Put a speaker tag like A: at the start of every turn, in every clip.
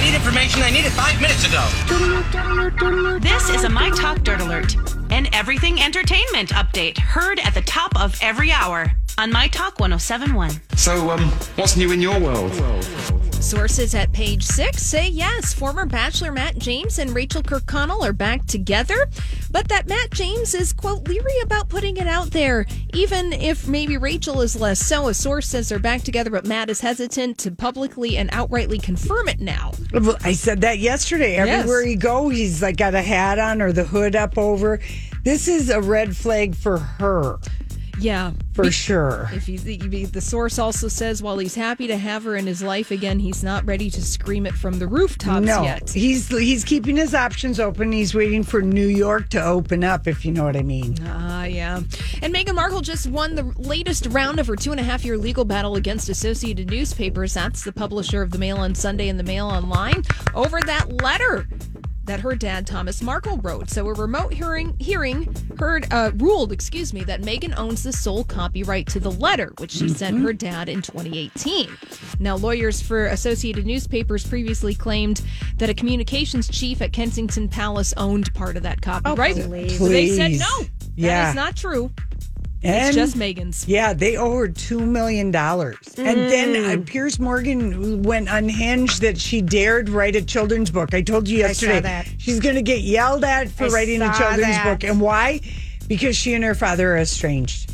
A: need information I needed five minutes ago.
B: This is a My Talk Dirt Alert, an everything entertainment update heard at the top of every hour on My Talk 1071.
C: So, um, what's new in your world?
D: Sources at page six say yes, former Bachelor Matt James and Rachel Kirkconnell are back together, but that Matt James is, quote, leery about putting it out there, even if maybe Rachel is less so. A source says they're back together, but Matt is hesitant to publicly and outrightly confirm it now.
E: Well, I said that yesterday.
D: Yes.
E: Everywhere you go, he's like got a hat on or the hood up over. This is a red flag for her,
D: Yeah.
E: for sure.
D: If he's the, the source also says while he's happy to have her in his life again, he's not ready to scream it from the rooftops
E: No,
D: yet.
E: he's he's keeping his options open. He's waiting for New York to open up, if you know what I mean.
D: Ah, yeah. And Meghan Markle just won the latest round of her two and a half year legal battle against Associated Newspapers. That's the publisher of the Mail on Sunday and the Mail Online over that letter that her dad Thomas Markle wrote. So a remote hearing hearing heard uh, ruled, excuse me, that Meghan owns the sole copyright to the letter which she sent her dad in 2018. Now lawyers for Associated Newspapers previously claimed that a communications chief at Kensington Palace owned part of that copyright. So they said
E: Oh, Please.
D: no. That
E: Yeah.
D: is not true.
E: And
D: It's just Megan's.
E: yeah, they owe her two million dollars. And then uh, Piers Morgan went unhinged that she dared write a children's book. I told you yesterday
F: that.
E: she's going to get yelled at for
F: I
E: writing a
F: saw
E: children's
F: that.
E: book, and why? Because she and her father are estranged.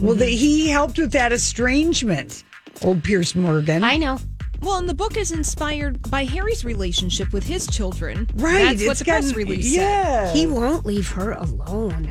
E: Well, the, he helped with that estrangement. Old Pierce Morgan.
F: I know.
D: Well, and the book is inspired by Harry's relationship with his children.
E: right.
D: That's what
E: it's
D: the press
E: gotten-
D: release said.
E: Yeah.
F: He won't leave her alone.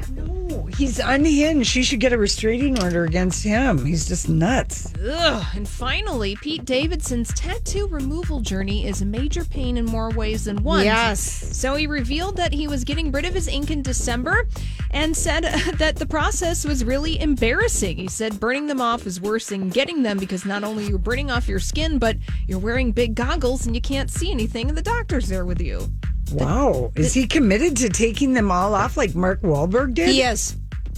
E: He's unhinged. She should get a restraining order against him. He's just nuts.
D: Ugh. And finally, Pete Davidson's tattoo removal journey is a major pain in more ways than one.
F: Yes.
D: So he revealed that he was getting rid of his ink in December and said uh, that the process was really embarrassing. He said burning them off is worse than getting them because not only you're burning off your skin, but you're wearing big goggles and you can't see anything, and the doctor's there with you.
E: Wow. Is he committed to taking them all off like Mark Wahlberg did?
F: He is.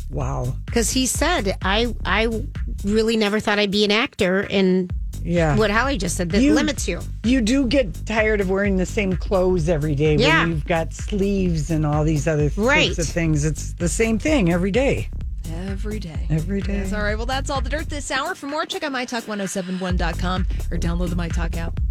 E: Wow.
F: Because he said, I I really never thought I'd be an actor. And
E: Yeah.
F: what Holly just said, that
E: You-
F: limits you.
E: You do get tired of wearing the same clothes every day
F: Yeah.
E: when you've got sleeves and all these other
F: Right.
E: sorts of things. It's the same thing every day.
D: Every day.
E: Every day.
D: oh All right, well, that's all the dirt this hour. For more, check out mytalk1071.com or download the MyTalk app.